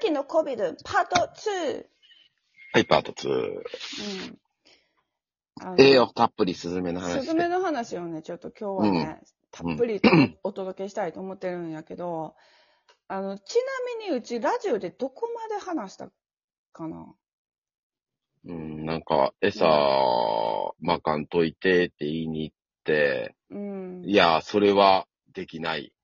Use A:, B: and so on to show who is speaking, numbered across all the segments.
A: 期の COVID パート2。
B: はい、パート2。
A: うん。あの
B: 栄養たっぷりスズメの話で。
A: スズメの話をね、ちょっと今日はね、
B: うん
A: たっぷりとお届けしたいと思ってるんやけど、あの、ちなみにうちラジオでどこまで話したかな
B: うん、なんか、餌、まかんといてって言いに行って、
A: うん。
B: いや、それはで きない。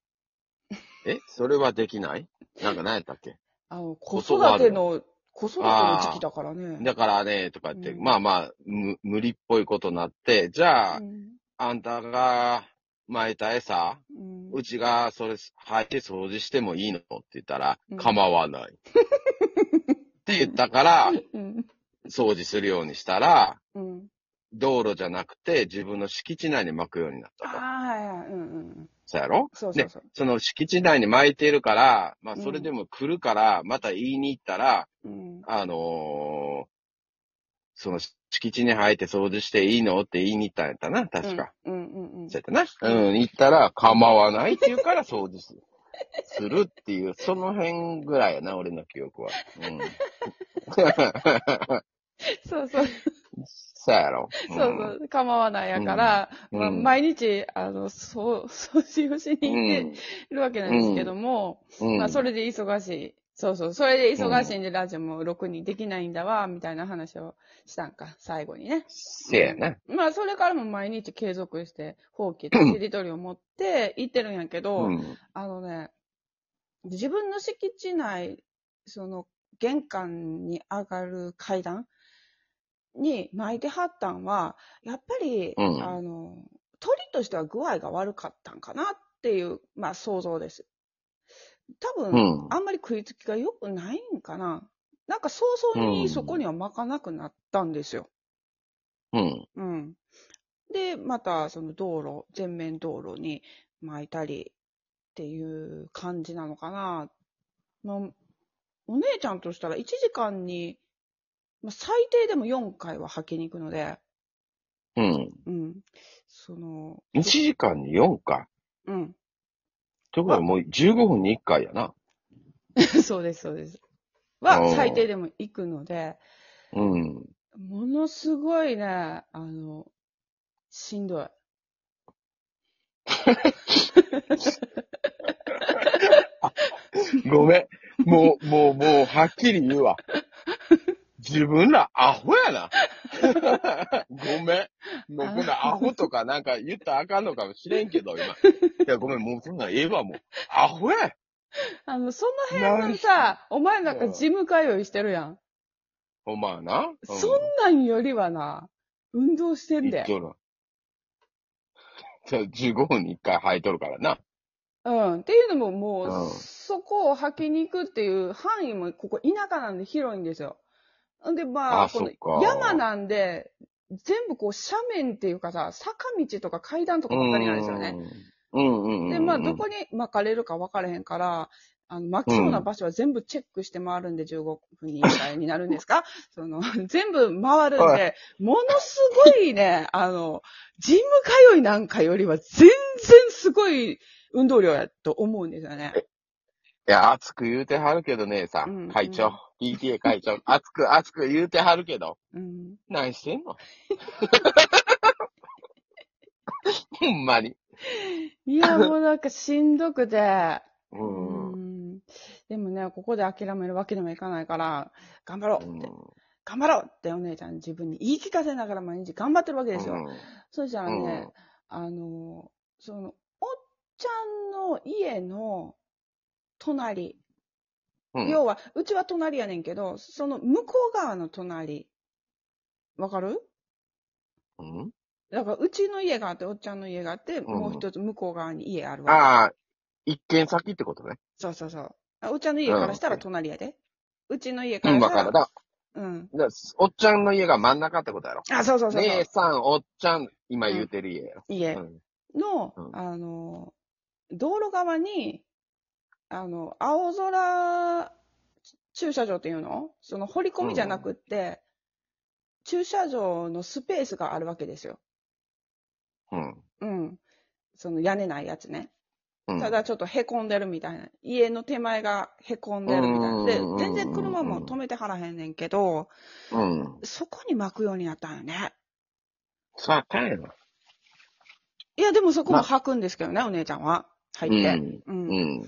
B: えそれはできないなんか何やったっけ
A: あの、子
B: 子
A: 育
B: 育て
A: ての、子育ての時期だからね。
B: だからね、とか言って、
A: うん
B: まあまあ、む無理っぽいことになって、じゃあ、
A: うん
B: あんたが巻いた餌、
A: うん
B: うちがそれ履いて掃除してもいいのって言ったら
A: うん、
B: 構 わない。って言ったから、
A: うん。
B: 掃除するようにしたら、
A: うん。
B: 道路じゃなくて自分の敷地内に巻くようになっ
A: あ
B: たと。
A: あ、はいはい。うんうんうん。
B: そうやろ
A: そうそうそう。
B: その敷地内に巻いてるから、まあ
A: うん
B: それでも来るから、また言いに行ったら、
A: うん。
B: あのーその敷地に入って掃除していいのって言いに行ったんやったな、確か。
A: うん。うんうんうん
B: そうやったな。うん、行ったら構わないって言うから掃除す る。するっていう、その辺ぐらいやな、俺の記憶は。うん。
A: そうそう。
B: そうやろ。
A: そ
B: ん
A: うそう。構わないやから、
B: うん
A: まあ、
B: うん
A: 毎日、あの、そう、 掃除をしに行ってるわけなんですけども、
B: うん。うん
A: まあ、それで忙しい。そうそう。それで忙しいんで、ラジオもろくにできないんだわ、みたいな話をしたんか、最後にね。
B: せやな。
A: まあ、それからも毎日継続して、放棄としりとりを持って行ってるんやけど、
B: うん。
A: あのね、自分の敷地内、その、玄関に上がる階段に巻いてはったんは、やっぱり、
B: うん
A: あの、鳥としては具合が悪かったんかなっていう、まあ想像です。多分、
B: うん。
A: あんまり食いつきが良くないんかな。なんか早々
B: う
A: に
B: ん
A: そこには巻かなくなったんですよ。
B: うん。
A: うん。で、また、その道路、全面道路に巻いたりっていう感じなのかな。まあ、お姉ちゃんとしたら1時間に、まあ、最低でも4回は履きに行くので、
B: うん。
A: うん。その、
B: 1時間に4回。
A: うん。
B: ということはもう15分に1回やな。
A: そうです、そうです。
B: お
A: は、
B: ー
A: 最低でも行くので、
B: うん。
A: ものすごいね、あの、しんどい。
B: ごめん。もう、もう、もう、はっきり言うわ。自分らアホやな。ごめん。もう、こんなアホとかなんか言ったらあかんのかもしれんけど、今。いや、ごめん。もう、そんなんええわ、もう。アホや。
A: あの、その辺のさ、お前なんかジム通いしてるやん。
B: お前な。う
A: そんなんよりはな、運動してん
B: 言
A: で。
B: っとるわ。じゃあ15分に1回履いとるからな。
A: うん。っていうのもも
B: うん
A: う、そこを履きに行くっていう範囲も、ここ田舎なんで広いんですよ。んで、まあ、
B: あ
A: こ
B: そ
A: の
B: っか
A: 山なんで、全部こう斜面っていうかさ、坂道とか階段とかばっかりなんですよね。
B: うん。うんうんうん。
A: で、まあ、どこに巻かれるか分からへんから、あの、巻きそうな場所は全部チェックして回るんで、15分に1回になるんです かその、全部回るん
B: は
A: で、ものすごいね、あの、ジム通いなんかよりは全然すごい運動量やと思うんですよね。
B: いや、熱く言うてはるけどね、さ
A: うん、
B: 会
A: う
B: 長、PTA 会長、 熱く熱く言うてはるけど、
A: うん。
B: 何してんの ほんまに。
A: いや、もうなんかしんどくて、
B: う。
A: うん
B: うん
A: ん。でもね、ここで諦めるわけにもいかないから、頑張ろうって、頑張ろうってお姉ちゃん自分に言い聞かせながら毎日頑張ってるわけですよ。そうじゃあね、
B: うん
A: あの、その、おっちゃんの家の隣、
B: うん
A: 要は、うちは隣やねんけど、その向こう側の隣、わかる
B: うん
A: だから、うちの家があって、おっちゃんの家があって、もう
B: うん
A: 一つ向こう側に家あるわ。
B: ああ、一軒先ってことね。
A: そうそうそう。あおっちゃんの家からしたら
B: うん
A: 隣やで。うちの家か
B: うん、
A: ら
B: わ
A: し
B: か
A: た
B: る。だ
A: ら。
B: だか
A: うん。
B: らおっちゃんの家が真ん中ってことやろ。
A: あ、そうそうそうそう
B: 姉。さん、おっちゃん、今言うてる家やろ。
A: 家
B: うん
A: の、
B: うん
A: あの、道路側に、あの、青空駐車場っていうのその掘り込みじゃなくって、駐車場のスペースがあるわけですよ。
B: うん。
A: うん。その屋根ないやつね。
B: うん
A: ただちょっとへこんでるみたいな。家の手前がへこんでるみたいな。で
B: うんうんうんうん、
A: 全然車も止めてはらへんねんけど、
B: うん。
A: そこに巻くようになったんよね。
B: さあ、帰ろ。
A: いや、でもそこも履くんですけどね、お姉ちゃんは。
B: う
A: 入って。
B: ん。
A: うん。
B: うん。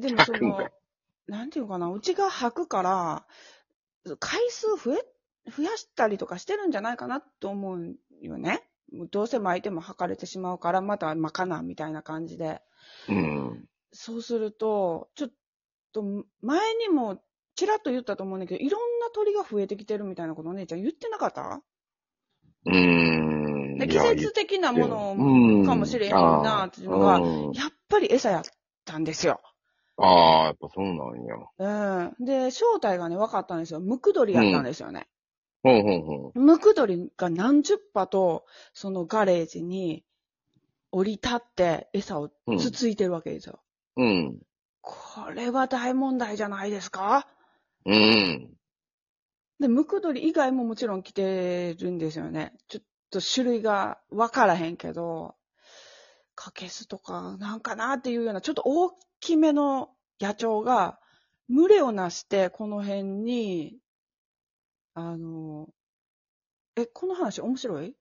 A: でもそ
B: 履くんか
A: の
B: い、
A: なんていうかな、うちが履くから、回数増え、増やしたりとかしてるんじゃないかなと思うよね。もうどうせ巻いても履かれてしまうから、また巻かな、みたいな感じで。
B: うん。
A: そうすると、ちょっと前にもちらっと言ったと思うんだけど、いろんな鳥が増えてきてるみたいなことお姉ちゃん言ってなかった
B: うん。
A: で季節的なもの
B: の
A: かもしれへんなっていうのが
B: うん
A: を、やっぱり餌やったんですよ。
B: ああ、やっぱそうなんや。
A: うん。で、正体がね、分かったんですよ。ムクドリやったんですよね。
B: ほんほんほん。
A: ムクドリが何十羽と、そのガレージに降り立って餌を
B: うん
A: つついてるわけですよ。
B: うん。
A: これは大問題じゃないですか
B: うん。
A: で、ムクドリ以外ももちろん来てるんですよね。ちょっと種類がわからへんけど、カケスとかなんかなっていうような、ちょっと大きめの野鳥が群れをなして、この辺に、あの、え、この話面白い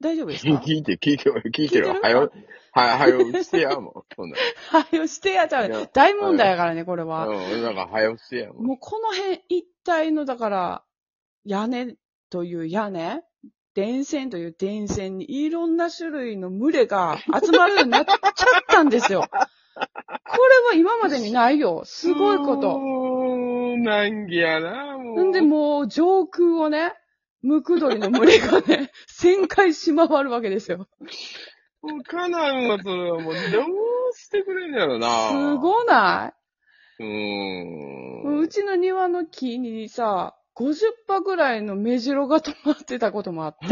A: 大丈夫です か
B: 聞いて、聞いてよ、聞いて
A: 聞いて
B: よ。
A: る
B: はよ、ははよ、してやもん。そんな
A: はい、よしてやちゃ
B: いうや。
A: 大問題やからね、これは。
B: うん、なんか、はよしてやもん。
A: もうこの辺一帯の、だから、屋根という屋根、電線という電線にいろんな種類の群れが集まるようになっちゃったんです よ。これは今までにないよ。すごいこ
B: う
A: と。
B: ーん、難儀やな、もう。
A: んで、もう上空をね、ムクドリの群れがね、旋回し回るわけですよ。
B: もう、カナンはそれはもう、どうしてくれんやろな。
A: すごな
B: う
A: いもう
B: ー。
A: うん ちの庭の木にさ、50羽ぐらいの目白が止まってた こともあって、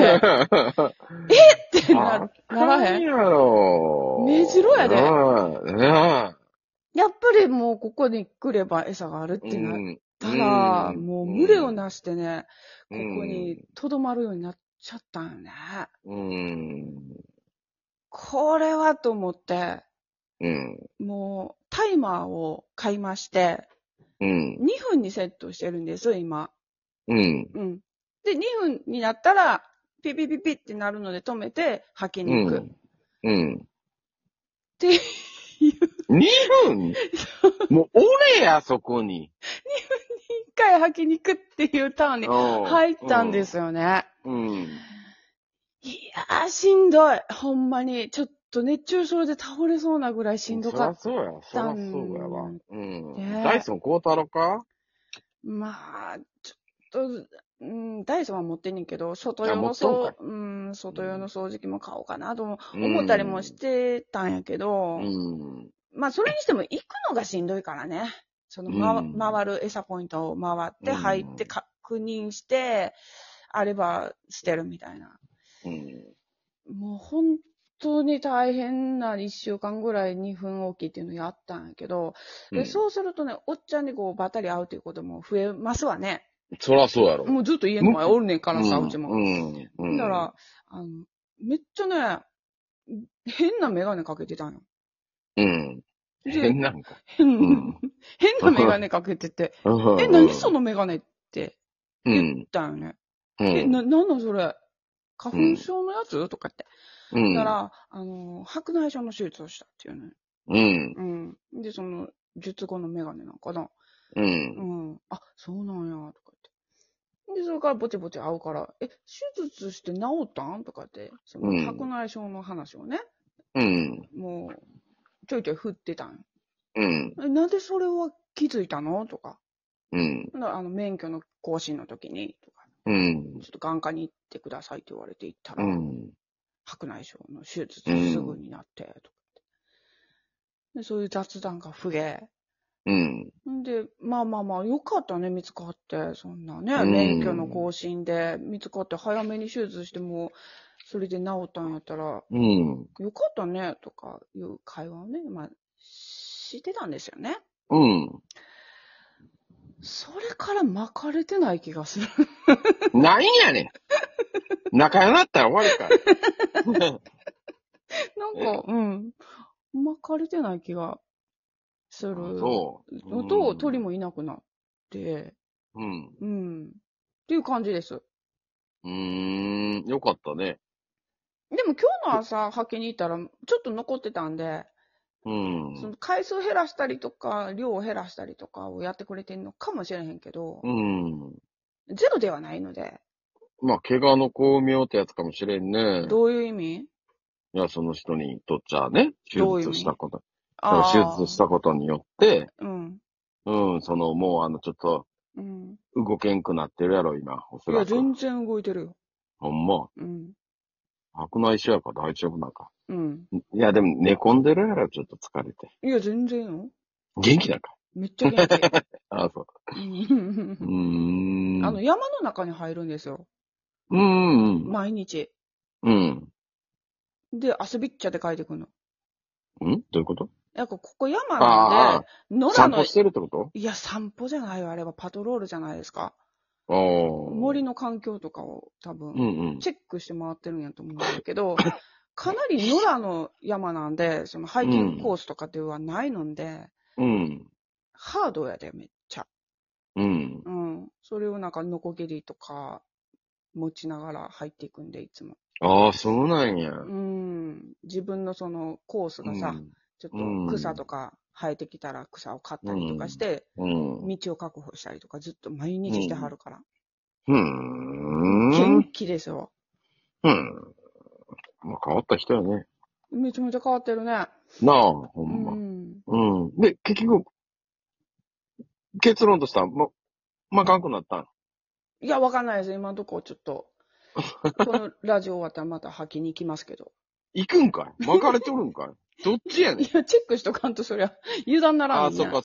A: ってなならへん
B: んやろ。
A: 目白やで
B: なあ、なあ。
A: やっぱりもうここに来れば餌があるってなったら、
B: うん
A: もう群れをなしてね、ここ
B: うん
A: に留まるようになっちゃったんよね。
B: うん。
A: これはと思って、
B: うん。
A: もうタイマーを買いまして、
B: うん。
A: 2分にセットしてるんですよ、今。
B: うん。
A: うん。で、2分になったら、ピピピピってなるので止めて、吐きに行く。っ
B: うん。
A: ていう、
B: 2分もう、俺や、そこに。
A: 一回吐きに行くっていうターンに入
B: 入
A: ったんで。すよね。
B: うん。
A: いやー、しんどい。ほんまに。ちょっと熱中症で倒れそうなぐらいしんどかった。
B: そりゃそうや。そりゃそうやわ。うん。
A: ね
B: ダイソン買うたろか
A: まあ、ちょっと、うん、ダイソンは持ってんねんけど、外
B: あ
A: 用の
B: 持っとんか
A: 掃
B: い、
A: うん、外用の掃除機も買おうかなとも
B: うん
A: 思ったりもしてたんやけど、
B: うん。
A: まあ、それにしても行くのがしんどいからね。その、まわ、
B: うん
A: 回る餌ポイントを回って、
B: うん
A: 入って、確認して、あれば捨てるみたいな。
B: うん。
A: もう本当に大変な1週間ぐらい2分おきっていうのやったんやけど、でそうするとね、おっちゃんにこうばったり会うということも増えますわね。
B: そりゃそうやろ。
A: もうずっと家の前おるねんからさ、
B: うん
A: うちも。
B: うん。うん。
A: だから、あの、めっちゃね、変なメガネかけてたんよ。
B: うん。変なんか。
A: 変
B: うん。
A: なメガネかけてて、え、何そのメガネって
B: う
A: 言
B: ん
A: っ。たんよね。
B: う
A: え、
B: ん。
A: な、なんなんそれ花粉症のやつとかって。
B: うん。
A: だから、あの、白内障の手術をしたっていうね。
B: うん。
A: うん。で、その、術後のメガネなんかな。う
B: う。
A: んん。あ、そうなんや、とか言って。で、それからぼちぼち会うから、え、手術して治ったんとかって、その
B: うん
A: 白内障の話をね、
B: うん。
A: もう、ちょいちょい振ってたん。
B: うん。
A: えなんでそれは気づいたのとか。
B: うん。
A: ほんならあの、免許の更新の時に、とか、
B: うん。
A: ちょっと眼科に行ってくださいって言われて行った
B: う
A: ら、
B: ん。
A: 白内障の手術すぐになって、とかって。で、そういう雑談が増え、
B: うん。
A: で、まあまあまあ、よかったね、見つかって。そんなね、
B: うん
A: 免許の更新で、見つかって早めに手術しても、それで治ったんやったら、
B: うん。
A: よかったね、とかいう会話をね、まあ、してたんですよね。
B: うん。
A: それから巻かれてない気が する。
B: なんやねん。仲良くなったら終わるから。
A: なんか、うん。あんま枯れてない気がする。
B: そう。
A: のと、
B: うん
A: 鳥。もいなくなって、
B: うん。
A: うん。っていう感じです。
B: うーん、よかったね。
A: でも今日の朝、履きに行ったら、ちょっと残ってたんで、
B: うん。
A: その回数減らしたりとか、量を減らしたりとかをやってくれてんのかもしれへんけど、
B: うん。
A: ゼロではないので、
B: まあ、怪我の巧妙ってやつかもしれんね。
A: どういう意味
B: いや、その人にとっちゃね、手
A: どういう意
B: 術
A: 味
B: したこと。だから
A: あ
B: 手
A: あ。
B: 術したことによって、
A: うん。
B: うん、その、もうあの、ちょっと、
A: うん。
B: 動けんくなってるやろ、今、おそ
A: い
B: ら
A: や、
B: く。
A: 全然動いてるよ。
B: ほんま、
A: うん。
B: 白内障やから大丈夫なんか。
A: うん。
B: いや、でも、寝込んでるやろ、ちょっと疲れて。
A: いや、全然よ。
B: 元気なんか。
A: めっちゃ元気。
B: ああ、そう。
A: うん
B: うーん。
A: あの、山の中に入るんですよ。
B: うん、うん。
A: 毎日。
B: うん。
A: で、遊びっちゃって帰ってくるの。
B: うんどういうこと
A: なんか、ここ山
B: あ
A: なん
B: あ
A: で、野良
B: 散
A: の
B: 歩し、てるってこと
A: いや、散歩じゃないよ。あれはパトロールじゃないですか。
B: ああ。
A: 森の環境とかを多分
B: う、んうん。
A: チェックして回ってるんやと思うんだけど、かなり野良の山なんで、そのハイキングコースとかではないので、
B: うん。
A: ハードやで、めっちゃ。
B: うん。
A: うん。それをなんか、ノコギリとか持ちながら入っていくんで、いつも。
B: ああ、そうなんや。
A: うん。自分のそのコースがさ、ちょっと草とか生えてきたら草を刈ったりとかして、
B: うん。うん。
A: 道を確保したりとかずっと毎日してはるから。
B: うーん。
A: 元気ですよ。
B: うん。まあ、変わった人やね。
A: めちゃめちゃ変わってるね。
B: なあ、ほ
A: うん
B: ま。
A: ん。
B: うん。で、結局、結論としては、ま、まかんくなったん。
A: いや、わかんないです。今のとこちょっ と。このラジオ終わったらまた吐きに行きますけど。
B: 行くんかい巻かれておるんかいどっちやねん
A: い。や、チェックしとかんとそりゃ、油断ならんね。
B: あ、そっか